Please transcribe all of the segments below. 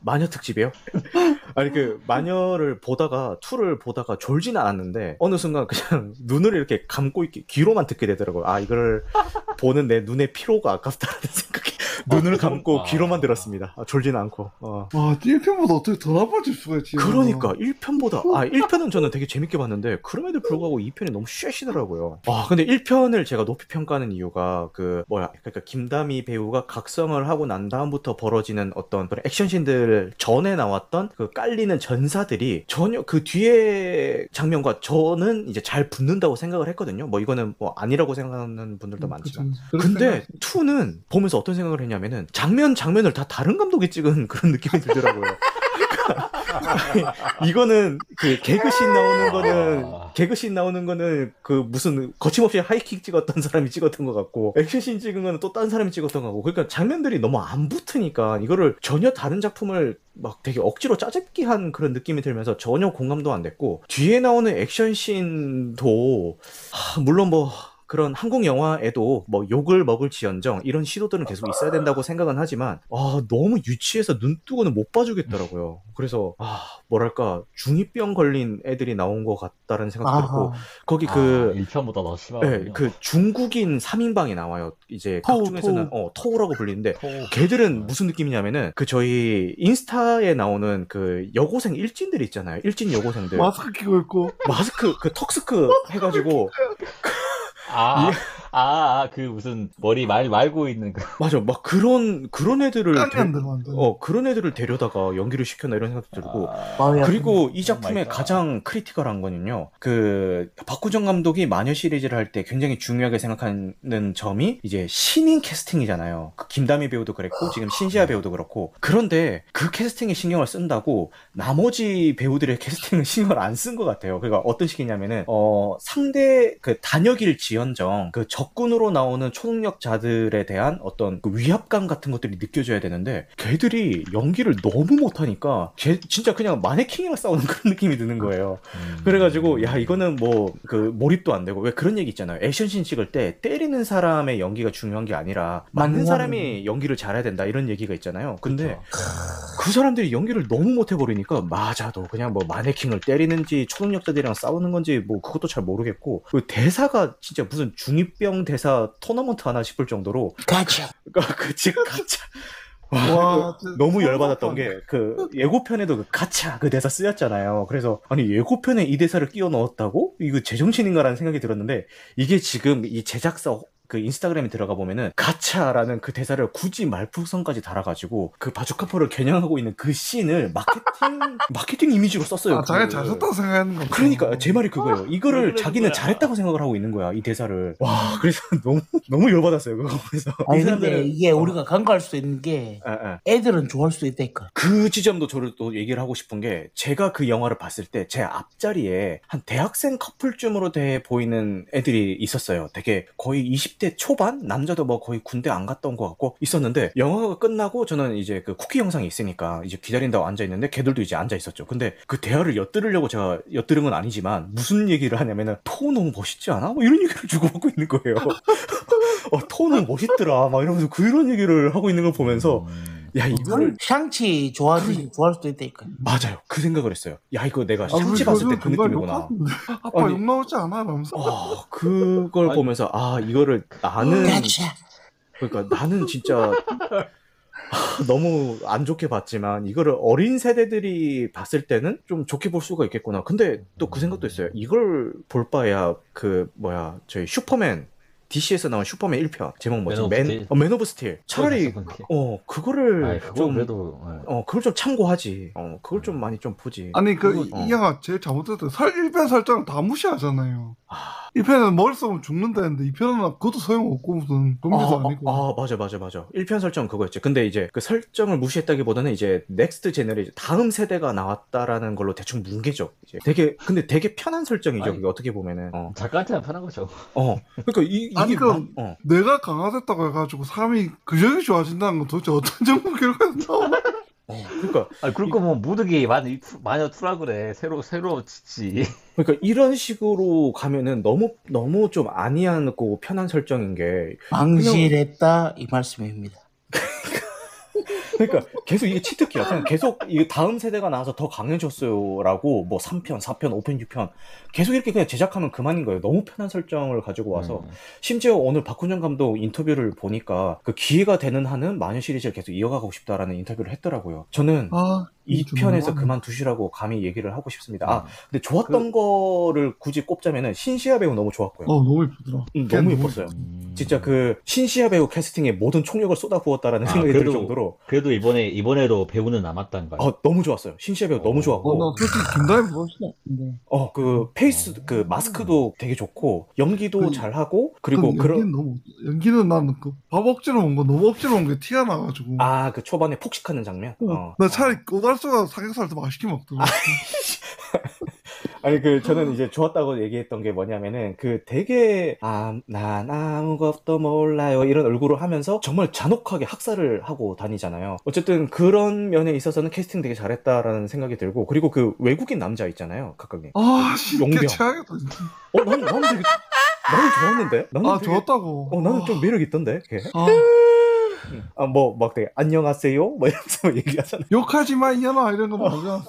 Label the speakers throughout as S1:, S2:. S1: 마녀 특집이요? 아니 그 마녀를 보다가 투를 보다가 졸지는 않았는데 어느 순간 그냥 눈을 이렇게 감고 있게 귀로만 듣게 되더라고요. 아 이걸 보는 내 눈의 피로가 아깝다는 생각이 눈을 감고
S2: 아.
S1: 귀로만 들었습니다. 아, 졸지는 않고. 어.
S3: 와, 1편보다 아, 어떻게 더 나빠질 수가 있지?
S1: 그러니까 1편보다 아 1편은 저는 되게 재밌게 봤는데 그럼에도 불구하고 2편이 너무 쉐시더라고요. 아 근데 1편을 제가 높이 평가하는 이유가 그 뭐야 그러니까 김다미 배우가 각성을 하고 난 다음부터 벌어지는 어떤 그런 액션씬들 전에 나왔던 그 깔리는 전사들이 전혀 그 뒤에 장면과 저는 이제 잘 붙는다고 생각을 했거든요. 뭐 이거는 뭐 아니라고 생각하는 분들도 많지만
S3: 그렇죠.
S1: 근데 투는 보면서 어떤 생각을 했냐면은 장면 장면을 다 다른 감독이 찍은 그런 느낌이 들더라고요. 그러니까 이거는 그 개그씬 나오는 거는
S2: 아.
S1: 개그씬 나오는 거는 그 무슨 거침없이 하이킥 찍었던 사람이 찍었던 것 같고 액션씬 찍은 거는 또 딴 사람이 찍었던 것 같고 그러니까 장면들이 너무 안 붙으니까 이거를 전혀 다른 작품을 막 되게 억지로 짜깁기 한 그런 느낌이 들면서 전혀 공감도 안 됐고 뒤에 나오는 액션씬도 하, 물론 뭐 그런 한국 영화에도 뭐 욕을 먹을 지언정 이런 시도들은 계속 있어야 된다고 생각은 하지만 아 너무 유치해서 눈 뜨고는 못 봐주겠더라고요. 그래서 아 뭐랄까 중이병 걸린 애들이 나온 것 같다는 생각도 들고 거기 그
S2: 아, 1편보다 더 심하군요.
S1: 예, 그 중국인 3인방이 나와요. 이제
S3: 토우,
S1: 각중에서는 어, 토우라고 아. 불리는데
S2: 토...
S1: 걔들은 무슨 느낌이냐면은 그 저희 인스타에 나오는 그 여고생 일진들 있잖아요. 일진 여고생들
S3: 마스크 끼고 있고.
S1: 마스크 그 턱스크 해가지고
S2: 아, 아, 아, 그 무슨 머리 말 말고 있는 그
S1: 맞아 막 그런 그런 애들을
S3: 깐이
S1: 데-
S3: 안 되면 안 돼.
S1: 어 그런 애들을 데려다가 연기를 시켰나 이런 생각도 들고
S2: 아,
S4: 마음이
S1: 그리고 이
S2: 오 마이
S1: 작품의
S2: 갓.
S1: 가장 크리티컬한 건요 그 박구정 감독이 마녀 시리즈를 할 때 굉장히 중요하게 생각하는 점이 이제 신인 캐스팅이잖아요 그 김다미 배우도 그랬고 지금 신시아 배우도 그렇고 그런데 그 캐스팅에 신경을 쓴다고 나머지 배우들의 캐스팅은 신경을 안 쓴 것 같아요 그러니까 어떤 식이냐면은 어 상대 그 단역일 지연정 그 적군으로 나오는 초능력자들에 대한 어떤 그 위압감 같은 것들이 느껴져야 되는데 걔들이 연기를 너무 못하니까 걔 진짜 그냥 마네킹이랑 싸우는 그런 느낌이 드는 거예요.
S2: 음.
S1: 그래가지고 야 이거는 뭐 그 몰입도 안 되고 왜 그런 얘기 있잖아요. 액션씬 찍을 때 때리는 사람의 연기가 중요한 게 아니라 맞는
S4: 맞는
S1: 사람이 연기를 잘해야 된다 이런 얘기가 있잖아요. 근데
S2: 그쵸.
S1: 그 사람들이 연기를 너무 못해버리니까 맞아도 그냥 뭐 마네킹을 때리는지 초능력자들이랑 싸우는 건지 뭐 그것도 잘 모르겠고 그 대사가 진짜 무슨 중이병 대사 토너먼트 하나 싶을 정도로
S4: 가자.
S1: 그러니까 그 지금 가차
S3: 와,
S1: 너무 열받았던 게 그 예고편에도 그 가차 그 대사 쓰였잖아요 그래서 아니 예고편에 이 대사를 끼워 넣었다고 이거 제정신인가라는 생각이 들었는데 이게 지금 이 제작사 그 인스타그램에 들어가 보면은 가차라는 그 대사를 굳이 말풍선까지 달아가지고 그 바주카포를 겨냥하고 있는 그 씬을 마케팅 마케팅 이미지로 썼어요.
S3: 아, 자기가
S1: 그-
S3: 잘 썼다고 생각하는 거.
S1: 그러니까 제 말이 그거예요.
S2: 그러는
S1: 이거를 자기는
S2: 거야.
S1: 잘했다고 생각을 하고 있는 거야 이 대사를. 와 그래서 너무 너무 열받았어요 그거 보면서.
S4: 아니
S1: 이
S4: 근데
S1: 사람들은 어.
S4: 이게 우리가 간과할 수 있는 게
S1: 아, 아.
S4: 애들은 좋아할 수도 있다니까.
S1: 그 지점도 저를 또 얘기를 하고 싶은 게 제가 그 영화를 봤을 때 제 앞자리에 한 대학생 커플쯤으로 돼 보이는 애들이 있었어요. 되게 거의 20대 초반 남자도 뭐 거의 군대 안 갔다 온 것 같고 있었는데 영화가 끝나고 저는 이제 그 쿠키 영상이 있으니까 이제 기다린다고 앉아 있는데 걔들도 이제 앉아 있었죠. 근데 그 대화를 엿들으려고 제가 엿들은 건 아니지만 무슨 얘기를 하냐면은 토 너무 멋있지 않아? 뭐 이런 얘기를 주고받고 있는 거예요. 어, 토 너무 멋있더라. 막 이러면서 그런 얘기를 하고 있는 걸 보면서
S2: 음.
S1: 야 이거를
S4: 샹치 좋아하듯이 좋아할 수도 있다니까. 음.
S1: 맞아요. 그 생각을 했어요. 야, 이거
S2: 아,
S1: 내가 샹치 봤을 때 그 느낌이구나.
S3: 아빠
S1: 아니.
S3: 욕 나오지 않아? 이러면서.
S1: 어, 그걸
S2: 아니.
S1: 보면서, 아, 이거를 나는,
S4: 가자.
S1: 그러니까 나는 진짜 너무 안 좋게 봤지만, 이거를 어린 세대들이 봤을 때는 좀 좋게 볼 수가 있겠구나. 근데 또 그 생각도 있어요. 이걸 볼 바야, 그, 뭐야, 저희 슈퍼맨, DC에서 나온 슈퍼맨 1편. 제목 뭐지?
S2: 맨 오브
S1: 맨,
S2: 스틸.
S1: 어, 맨 오브 스틸. 차라리,
S2: 그거 봤었는데.
S1: 어, 그거를
S2: 아이, 그건
S1: 좀,
S2: 그래도 예.
S1: 어, 그걸 좀 참고하지. 어, 그걸 좀 많이 좀 보지.
S3: 아니, 그, 이,
S1: 그거-
S3: 이 영화 제일 잘못했던 설, 1편 설정을 다 무시하잖아요. 1편은 머리 쏘면 죽는다는데, 2편은 그것도 소용없고, 무슨, 공기도
S1: 아,
S3: 아니고.
S1: 아, 아, 맞아, 맞아, 맞아. 1편 설정 그거였지. 근데 이제 그 설정을 무시했다기보다는 이제 넥스트 제너레이션, 다음 세대가 나왔다라는 걸로 대충 뭉개죠. 이제 되게, 근데 되게 편한 설정이죠.
S2: 아니.
S1: 그게 어떻게 보면은. 어.
S2: 작가한테는 편한 거죠.
S1: 어. 그러니까 이, 이게.
S3: 아니, 그럼-
S1: 막- 어.
S3: 내가 강화됐다고 해가지고, 사람이 근력이 좋아진다는 건 도대체 어떤 정보 결과였나?
S1: 어. 그러니까,
S2: 아, 그럴 거면 모두게 마녀 마녀 투라 그래. 새로 새로 짓지.
S1: 그러니까 이런 식으로 가면은 너무, 너무 좀 아니하고 편한 설정인 게
S4: 망실했다 이 말씀입니다.
S1: 그러니까 계속 이게 치트키야. 그냥 계속 이게 다음 세대가 나와서 더 강해졌어요라고 뭐 3편, 4편, 5편, 6편 계속 이렇게 그냥 제작하면 그만인 거예요. 너무 편한 설정을 가지고 와서
S2: 음.
S1: 심지어 오늘 박훈영 감독 인터뷰를 보니까 그 기회가 되는 한은 마녀 시리즈를 계속 이어가고 싶다라는 인터뷰를 했더라고요. 저는
S3: 아,
S1: 이
S3: 좀
S1: 편에서
S3: 너무하네.
S1: 그만두시라고 감히 얘기를 하고 싶습니다. 아,
S2: 음.
S1: 근데 좋았던 거를 굳이 꼽자면은 신시아 배우 너무 좋았고요.
S3: 어, 너무 예쁘더라.
S1: 음,
S3: 걔는
S1: 너무 예뻤어요.
S2: 음.
S1: 진짜 그 신시아 배우 캐스팅에 모든 총력을 쏟아부었다라는
S2: 아,
S1: 생각이 들
S2: 그래도-
S1: 정도로
S2: 그래도 이번에 이번에도 배우는 남았단가요?
S1: 아, 너무 좋았어요. 신시아 배우 너무
S2: 어.
S3: 어,
S1: 좋았고
S3: 나 솔직히 김다혜 보고 싶어.
S4: 멋있다. 근데
S1: 어, 그 페이스 그 마스크도 되게 좋고 연기도
S3: 그- 그러니까
S1: 잘하고 그리고
S3: 근데 연기는
S1: 그런
S3: 너무 연기는 나는 그밥 억지로 온 거 너무 억지로 온 게 티가 나가지고.
S1: 아 그 초반에 폭식하는 장면. 어.
S3: 나 차라리 꼬달수가 삼겹살 더 맛있게 먹더라.
S1: 아니 그 저는 이제 좋았다고 얘기했던 게 뭐냐면은 그 되게 아난 아무것도 몰라요 이런 얼굴을 하면서 정말 잔혹하게 학살을 하고 다니잖아요. 어쨌든 그런 면에 있어서는 캐스팅 되게 잘했다라는 생각이 들고 그리고 그 외국인 남자 있잖아요 각각님.
S3: 아, 씨,
S1: 용병.
S3: 꽤 최악이다. 진짜.
S1: 어 나는 나는 되게 나는 좋았는데. 나는
S3: 아,
S1: 되게-
S3: 좋았다고.
S1: 어 나는 좀 매력 있던데.
S3: 아,
S1: 아 뭐 막 되게 안녕하세요 뭐 이러면서 얘기하잖아.
S3: 욕하지 마, 이년아, 이런 거 맞아.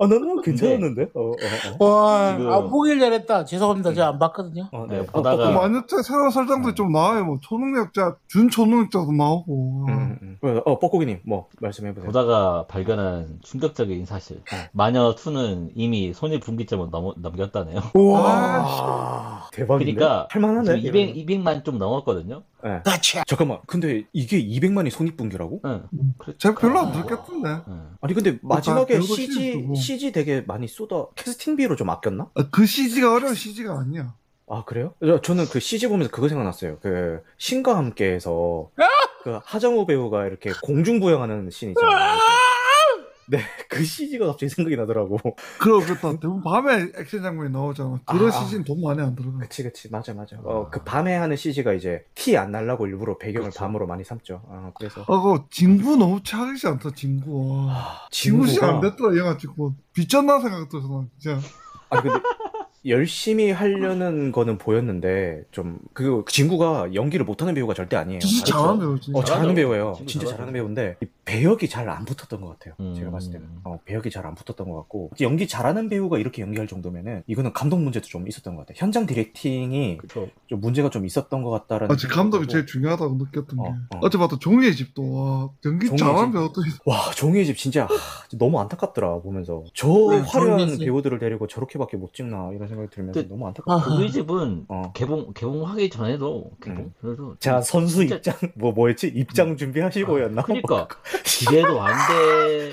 S1: 어 나는 괜찮았는데. 어어 어.
S4: 와,
S2: 지금-
S4: 아, 보길 잘했다. 죄송합니다. 제가 안 봤거든요.
S1: 어,
S2: 네,
S1: 어,
S2: 보다가-
S1: 어, 어,
S3: 그 마녀체 새로운 설정도 좀 나와요. 뭐, 초능력자, 준초능력자도 나오고.
S1: 음, 음, 음. 어 뻐꾸기님 뭐 말씀해 보세요.
S2: 보다가 발견한 충격적인 사실.
S1: 어.
S2: 마녀 2는 이미 손해 분기점을 넘, 넘겼다네요.
S1: 우와 대박인데
S2: 그러니까
S1: 할만하네
S2: 지금 200, 200만 좀 넘었거든요.
S1: 예.
S4: 다치.
S1: 잠깐만 근데 이게 200만이 손익분기라고?
S2: 응.
S3: 음.
S2: 그렇죠.
S3: 제가 별로 안 들겠던데.
S2: 응.
S1: 아니 근데 마지막에
S3: 그러니까 결국
S1: CG
S3: 시리즈고.
S1: CG 되게 많이 쏟아 캐스팅비로 좀 아꼈나?
S3: 아, 그 CG가 어려운 CG가 아니야.
S1: 아 그래요? 저- 저는 그 CG 보면서 그거 생각났어요. 그 신과 함께에서 그 하정우 배우가 이렇게 공중부양하는 씬 있잖아요. 네, 그 CG가 갑자기 생각이 나더라고.
S3: 그렇겠다. 대부분 밤에 액션 장면이 나오잖아. 그런
S1: 아.
S3: CG는 돈 많이 안 들어가.
S1: 그치, 그치, 맞아, 맞아. 어, 그 밤에 하는 CG가 이제 티 안 날라고 일부러 배경을
S2: 그쵸.
S1: 밤으로 많이 삼죠. 아, 그래서.
S3: 아, 그 진구 너무 차리지 않다, 진구. 와. 진구 씨안 됐더라, 얘가 지금. 빚졌나 생각 들어서 난 진짜.
S1: 아 근데 열심히 하려는 거는 보였는데 좀 그 친구가 연기를 못하는 배우가 절대 아니에요.
S3: 진짜
S1: 잘해서-
S3: 잘하는 배우 진짜.
S1: 어 잘하는
S2: 잘하죠.
S1: 배우예요.
S2: 친구
S1: 진짜
S2: 잘하죠.
S1: 잘하는 배우인데 이 배역이 잘 안 붙었던 것 같아요.
S2: 음.
S1: 제가 봤을 때는 어, 배역이 잘 안 붙었던 것 같고 연기 잘하는 배우가 이렇게 연기할 정도면은 이거는 감독 문제도 좀 있었던 것 같아요. 현장 디렉팅이
S2: 그렇죠.
S1: 좀 문제가 좀 있었던 것 같다라는.
S3: 아, 제 감독이
S1: 생각이
S3: 제일 중요하다고 느꼈던
S1: 어,
S3: 게.
S1: 어.
S3: 어제 봤던 종이의 집도, 와, 연기
S1: 종이의
S3: 잘하는
S1: 집.
S3: 배우도 있어.
S1: 와 종이의 집 진짜 하, 진짜 너무 안타깝더라 보면서 저
S4: 네, 종이의
S1: 화려한
S4: 집.
S1: 배우들을 데리고 저렇게밖에 못 찍나 이런 생각이 들면서
S2: 근데-
S1: 너무
S4: 아,
S1: 안타깝더라.
S2: 우리 집은
S1: 어. 음.
S2: 개봉 개봉하기 전에도 개봉 그래도
S1: 자 선수
S2: 음. 진짜-
S1: 입장
S2: 음.
S1: 뭐 뭐였지 입장 준비하시고였나?
S2: 그러니까 기대도 안 돼.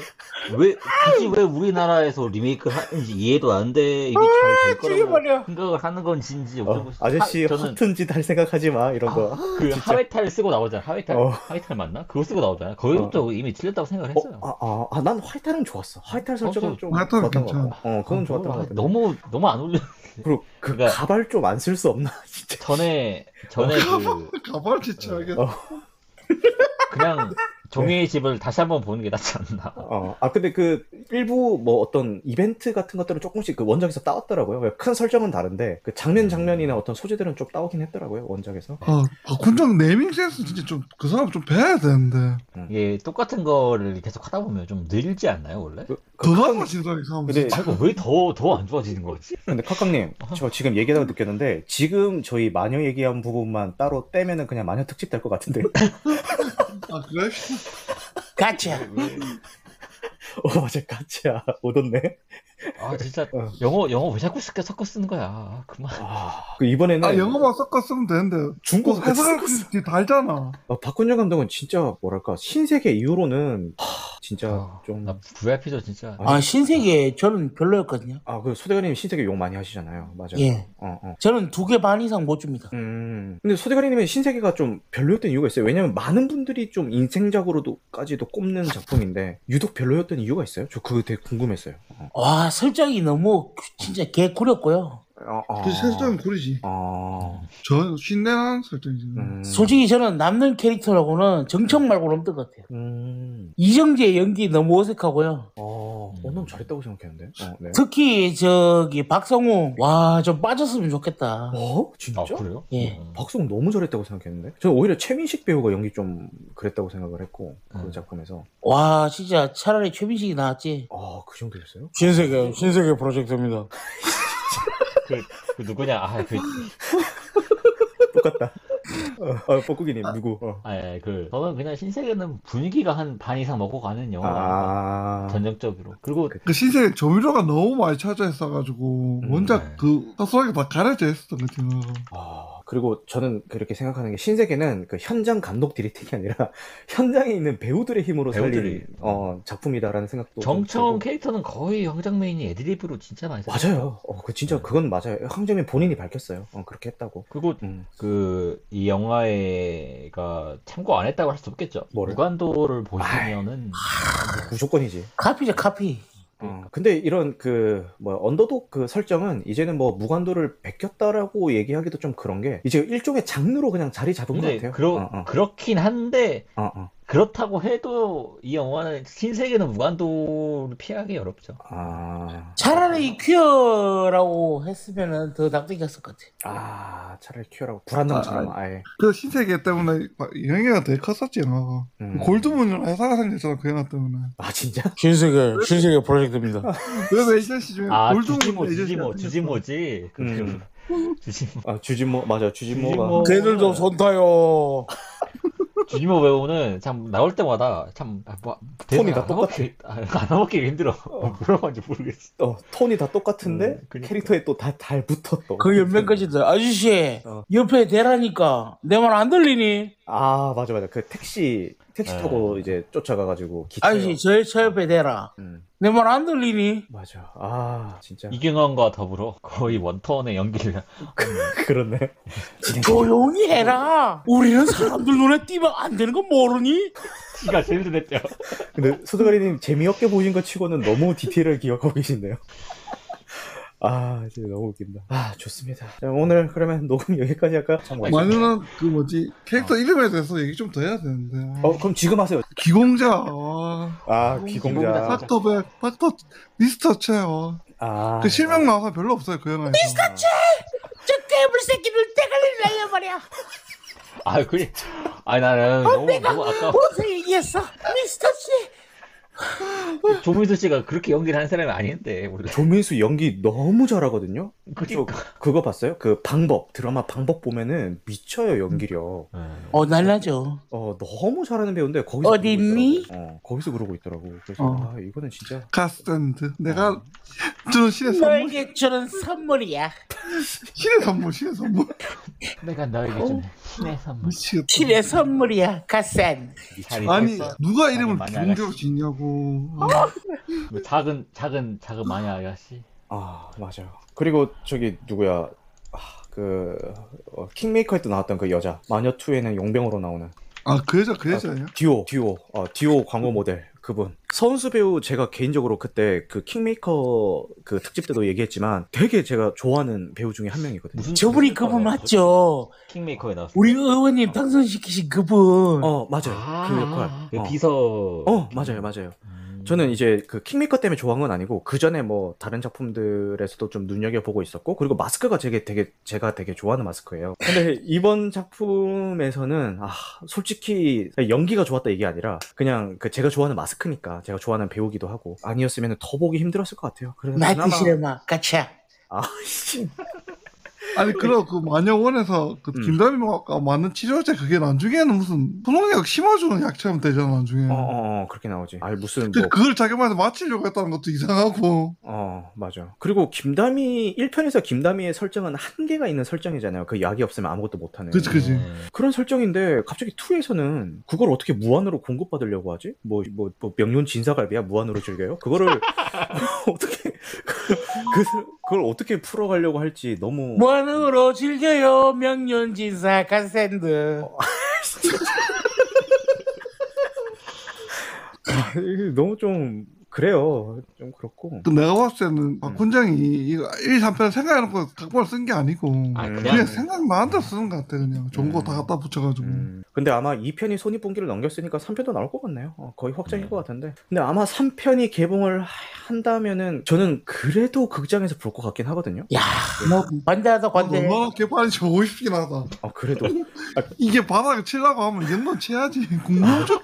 S2: 왜 굳이 왜 우리나라에서 리메이크 하는지 이해도 안 돼. 이게 잘 될 거라고
S4: 죽여버려.
S2: 생각을 하는 건지인지
S1: 아, 어,
S2: 모르고 싶-
S1: 아저씨
S2: 하- 저는
S1: 허튼 짓 할 생각하지 마 이런 거.
S2: 그 하회탈 쓰고 나오잖아. 하회탈
S1: 어.
S2: 하회탈 맞나? 그거 쓰고 나오잖아. 거기부터 이미 틀렸다고 생각을 했어요.
S1: 아아난 화이탈은 좋았어. 화이탈 설정은
S2: 어,
S1: 좀
S3: 화이탈은
S1: 좋았던 것
S3: 괜찮아.
S1: 같고. 어 그건
S2: 아,
S1: 좋았던 것 같아.
S2: 너무 너무 안 어울려.
S1: 그리고 그
S2: 그러니까-
S1: 가발 좀 안 쓸 수 없나 진짜.
S2: 전에 전에 그
S3: 가발 진짜 알겠다.
S1: 어.
S2: 그냥 종이의 집을 다시 한번 보는 게 낫지 않나.
S1: 어아 근데 그 일부 뭐 어떤 이벤트 같은 것들은 조금씩 그 원작에서 따왔더라고요. 큰 설정은 다른데 그 장면 장면이나 어떤 소재들은 좀 따오긴 했더라고요 원작에서.
S3: 아, 박훈장 네이밍 센스 진짜 좀, 그 사람 좀 배야 되는데.
S2: 이게 똑같은 거를 계속 하다 보면 좀 늘지 않나요 원래?
S1: 그- 그
S3: 더
S1: 칸-
S3: 나은 거 진짜 이 사람.
S1: 근데
S3: 진짜.
S2: 아 이거 왜 더 더 안 좋아지는 거지?
S1: 근데 카카님, 저 지금 얘기하다가 느꼈는데 지금 저희 마녀 얘기한 부분만 따로 떼면은 그냥 마녀 특집 될 것 같은데.
S3: 아, 그래?
S1: 네.
S4: 다치.
S1: 어 맞아 까치야 오던네.
S2: 아 진짜
S1: 어.
S2: 영어 영어 왜 자꾸 섞여 섞어 쓰는 거야? 아, 그만.
S1: 아, 그 이번에는
S3: 아, 어, 영어만 섞어 쓰면 되는데.
S1: 중국 그
S3: 꼭 해석할 게 달잖아.
S1: 아, 박훈영 감독은 진짜 뭐랄까 신세계 이후로는 하, 진짜
S2: 아,
S1: 좀.
S2: 나 VIP죠 진짜.
S1: 아,
S4: 아, 신세계 저는 별로였거든요.
S1: 아 그 소대가님 신세계 욕 많이 하시잖아요. 맞아요.
S4: 예.
S1: 어 어.
S4: 저는 두 개 반 이상 못 줍니다.
S1: 음. 근데 소대가리님의 신세계가 좀 별로였던 이유가 있어요. 왜냐면 많은 분들이 좀 인생작으로도까지도 꼽는 작품인데 유독 별로였던 이유가 있어요. 저 그거 되게 궁금했어요. 어.
S4: 와, 설정이 너무 진짜 개 구렸고요.
S1: 어, 어.
S3: 그 설정이 구리지.
S1: 어.
S3: 저 신내는 설정이지.
S1: 음.
S4: 솔직히 저는 남는 캐릭터라고는 정청 말고는 없던 것 같아요.
S1: 음.
S4: 이정재의 연기 너무 어색하고요.
S1: 어. 어, 너무 잘했다고 생각했는데. 어, 네.
S4: 특히 저기 박성우 와 좀 빠졌으면 좋겠다.
S1: 어? 진짜?
S2: 아 그래요?
S4: 예.
S2: 음.
S1: 박수홍 너무 잘했다고 생각했는데. 저는 오히려 최민식 배우가 연기 좀 그랬다고 생각을 했고 그
S2: 음.
S1: 작품에서.
S4: 와 진짜 차라리 최민식이 나왔지.
S1: 아, 그 정도였어요?
S4: 신세계 신세계 프로젝트입니다.
S2: 그, 그 누구냐? 아그
S1: 똑같다. 어, 어, 뻐꾸기님 누구? 어.
S2: 아, 예, 그 저는 그냥 신세계는 분위기가 한 반 이상 먹고 가는 영화
S1: 아.
S2: 전형적으로 그리고
S1: 그-
S3: 그 신세계 조미료가 너무 많이 찾아 있어가지고
S1: 음,
S2: 네.
S3: 원작 그 사소하게 다 가려져 있었던 것 같아요.
S1: 아, 그리고 저는 그렇게 생각하는 게 신세계는 그 현장 감독들이 특이 아니라 현장에 있는 배우들의 힘으로
S2: 배우들이.
S1: 살린 어, 작품이다라는 생각도 좀 들고.
S2: 정청 캐릭터는 거의 형장 메인이 애드립으로 진짜 많이 썼어요.
S1: 맞아요. 어, 그 진짜 그건 맞아요. 황정민 본인이 밝혔어요. 어, 그렇게 했다고.
S2: 그리고
S1: 음.
S2: 그 이 영화에가 참고 안 했다고 할 수 없겠죠.
S1: 뭐를?
S2: 무간도를 보시면은
S1: 그 무조건이지.
S4: 카피죠 카피.
S1: 어, 근데 이런 그, 뭐, 언더독 그 설정은 이제는 뭐, 무관도를 베꼈다라고 얘기하기도 좀 그런 게, 이제 일종의 장르로 그냥 자리 잡은 것
S2: 근데
S1: 같아요.
S2: 그러,
S1: 어, 어,
S2: 그렇긴 한데
S1: 어, 어.
S2: 그렇다고 해도 이 영화는 신세계는 무간도를 피하기 어렵죠.
S1: 아,
S4: 차라리 퀴어라고 했으면은 더 납득이 갔을 것 같아.
S1: 아, 차라리 큐어라고. 불안당처럼 아, 예
S3: 그 신세계 때문에 막 영향이 되게 컸었지 영화가.
S1: 음.
S3: 골드문이라는 회사가 생겼잖아 그 영화 때문에.
S1: 아, 진짜?
S4: 신세계 신세계 프로젝트입니다.
S3: 그래서 에이전시 중에
S2: 아
S3: 골드문
S2: 주지모
S3: 에이전시가
S2: 주지모 뭐. 주지모지. 그
S1: 음.
S2: 주지모
S1: 아, 주진모, 맞아, 주진모가. 그,
S2: 주진모.
S4: 걔들도 손 타요.
S2: 주지모 배우는 참 나올 때마다 참 아, 뭐,
S1: 톤이 다
S2: 안 까먹기- 아, 안 넘어기 힘들어.
S1: 어.
S2: 뭐라고 하는지 모르겠어.
S1: 어, 톤이 다 똑같은데,
S2: 음, 그러니까.
S1: 캐릭터에 또 다, 잘 붙어, 또.
S4: 그 옆면까지들 아저씨
S1: 어.
S4: 옆에 대라니까 내 말 안 들리니?
S1: 아, 맞아, 맞아. 그 택시, 택시
S2: 네.
S1: 타고 이제 쫓아가가지고, 기차.
S4: 아저씨 저, 저 옆에 대라.
S1: 음,
S4: 내 말 안 들리니?
S1: 맞아. 아, 진짜.
S2: 이경원과 더불어 거의 원톤의 연기를
S1: 그렇네.
S4: 조용히 해라. 우리는 사람들 눈에 띄면 안 되는 거 모르니?
S2: 씨가 제일 잘했죠.
S1: 근데 소드가리님 재미없게 보신 것 치고는 너무 디테일을 기억하고 계신데요. 아, 진짜 너무 웃긴다. 아, 좋습니다. 자, 오늘 그러면 녹음 여기까지 할까? 참고하시-
S3: 마누라 그 뭐지 캐릭터 이름에 대해서 얘기 좀 더 해야 되는데.
S1: 어, 그럼 지금 하세요.
S3: 기공자. 아,
S1: 아,
S2: 어, 기공자.
S1: 귀공자.
S3: 팍터백, 팍터 미스터 체어.
S1: 아,
S3: 그 실명 나와서 별로 없어요 그 영화에서.
S4: 저 괴물 새끼를 대가리를 날려 말이야.
S2: 아 그래. 아니 나, 나 너무 너무 아까
S4: 무슨 얘기했어, 미스터 씨?
S2: 조민수 씨가 그렇게 연기를 한 사람이 아닌데 원래.
S1: 조민수 연기 너무 잘하거든요.
S2: 그러니까.
S1: 그거 봤어요? 그 방법 드라마 방법 보면은 미쳐요
S3: 음.
S1: 연기력.
S4: 어 날라죠.
S1: 어 너무 잘하는 배우인데 거기서
S4: 어디
S1: 그러고
S4: 있니?
S1: 있더라고. 어, 거기서 그러고 있더라고. 그래서
S3: 어.
S1: 아 이거는 진짜
S3: 가스탠드. 내가 주는 신의 선물.
S4: 너에게 주는 선물이야.
S3: 신의 선물. 신의 선물.
S2: 내가 너에게 준
S4: 어?
S2: 신의 선물.
S3: 미치겠다.
S4: 신의 선물이야, 가산.
S2: 자리
S3: 아니
S2: 벌써
S3: 누가
S2: 아니,
S3: 이름을
S2: 많이
S3: 기공자로 짓냐고.
S2: 뭐 작은 작은 작은 마녀 아가씨.
S1: 아 맞아요. 그리고 저기 누구야? 아, 그 어, 킹메이커에 또 나왔던 그 여자 마녀 2에는 용병으로 나오는
S3: 아 그 여자 그 여자예요?
S1: 듀오 듀오 어, 듀오 광고 모델 그분 선수 배우 제가 개인적으로 그때 그 킹메이커 그 특집 때도 얘기했지만 되게 제가 좋아하는 배우 중에 한 명이거든요.
S2: 무슨
S4: 저분이 그분 맞죠?
S2: 킹메이커에 나왔어.
S4: 우리 의원님 당선시키신 그분.
S1: 어 맞아요 그 역할.
S2: 그
S1: 어.
S2: 비서.
S1: 어 맞아요 맞아요.
S2: 음.
S1: 저는 이제 그 킹메이커 때문에 좋아한 건 아니고 그 전에 뭐 다른 작품들에서도 좀 눈여겨 보고 있었고 그리고 마스크가 되게 되게 제가 되게 좋아하는 마스크예요. 근데 이번 작품에서는 아 솔직히 연기가 좋았다 이게 아니라 그냥 그 제가 좋아하는 마스크니까 제가 좋아하는 배우기도 하고 아니었으면 더 보기 힘들었을 것 같아요. 그래서
S4: 나이트
S1: 그나마-
S4: 시네마, 가차.
S1: 아 씨.
S3: 아니 그럼 그 마녀원에서 그
S1: 음.
S3: 김다미가 맞는 치료제 그게 나중에는 무슨 소농약 심어주는 약처럼 되잖아 나중에.
S1: 어, 어, 어 그렇게 나오지. 아 무슨
S3: 근데
S1: 뭐
S3: 그걸 자기만한테 맞추려고 했다는 것도 이상하고.
S1: 어, 맞아. 그리고 김다미, 1편에서 김다미의 설정은 한계가 있는 설정이잖아요. 그 약이 없으면 아무것도 못하는.
S3: 그치 그치.
S2: 음.
S1: 그런 설정인데 갑자기 2에서는 그걸 어떻게 무한으로 공급받으려고 하지? 뭐, 뭐, 뭐 명륜 진사갈비야 무한으로 즐겨요? 그거를 어떻게 그, 그- 그걸 어떻게 풀어가려고 할지 너무
S4: 뭐? 원으로 즐겨요 명륜진사 간샌드
S1: 어, 너무 좀 그래요. 좀 그렇고.
S3: 또 내가 봤을 때는 박훈장이 이거 1, 3편을 생각해놓고 각본을 쓴 게 아니고
S2: 아,
S1: 음.
S2: 그냥
S3: 그냥 생각나한테 쓰는 것 같아 그냥 좋은 거 다 갖다 붙여가지고
S1: 음. 근데 아마 2편이 손익분기를 넘겼으니까 3편도 나올 것 같네요. 어, 거의 확정일
S2: 음.
S1: 것 같은데. 근데 아마 3편이 개봉을 하- 한다면은 저는 그래도 극장에서 볼 것 같긴 하거든요.
S4: 야,
S3: 뭐,
S4: 관대하다 관대.
S1: 뭐,
S3: 얼마나 개판인지 보고 싶긴 하다
S1: 어, 그래도.
S3: 이게 바닥에 치려고 하면 연건 쳐야지 공룡적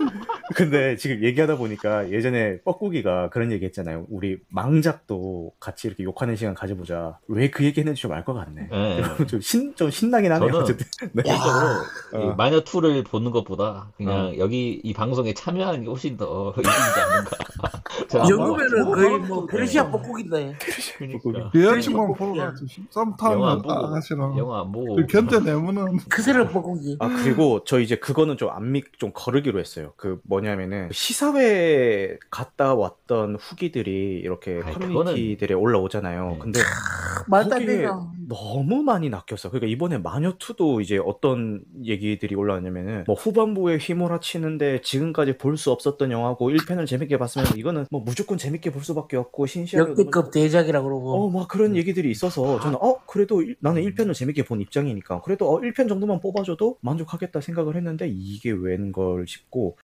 S1: 근데 지금 얘기하다 보니까 예전에 뻐꾸기가 그런 얘기 했잖아요. 우리 망작도 같이 이렇게 욕하는 시간 가져보자. 왜 그 얘기 했는지 좀 알 것 같네.
S2: 예, 예.
S1: 좀, 신, 좀 신나긴 하네요.
S2: 저는-
S1: 어쨌든. 네.
S2: 실제로
S1: 어.
S2: 이 마녀 2를 보는 것보다 그냥
S1: 어.
S2: 여기 이 방송에 참여하는 게 훨씬 더 이득이지 않는가.
S4: 이
S2: 저는
S1: 뭐,
S4: 정도면은
S2: 아마
S4: 거의 뭐
S2: 네.
S4: 페르시아 볶음인데.
S2: 그러니까.
S3: 여자친구랑 보러 가야지 13탄
S2: 영화 안 보고.
S3: 아가씨랑
S2: 영화 뭐 안 보고
S3: 그 견제 내면은
S4: 그새를 볶음기.
S1: 아 그리고 저 이제 그거는 좀 안믹 좀 거르기로 했어요. 그 뭐냐면은 시사회 갔다 왔던 후기들이 이렇게
S2: 아이,
S1: 커뮤니티들에 올라오잖아요.
S2: 네.
S1: 근데
S4: 맞다
S1: 거기에
S4: 내가.
S1: 너무 많이 낚였어. 그러니까 이번에 마녀2도 이제 어떤 얘기들이 올라왔냐면은 뭐 후반부에 휘몰아치는데 지금까지 볼 수 없었던 영화고 1편을 재밌게 봤으면 이거는 뭐 무조건 재밌게 볼 수밖에 없고 신시하게
S4: 역대급 음. 대작이라 그러고.
S1: 어, 막 그런 얘기들이 있어서 저는 어 그래도 일- 나는 1편을 재밌게 본 입장이니까 그래도 어 1편 정도만 뽑아줘도 만족하겠다 생각을 했는데 이게 웬걸 싶고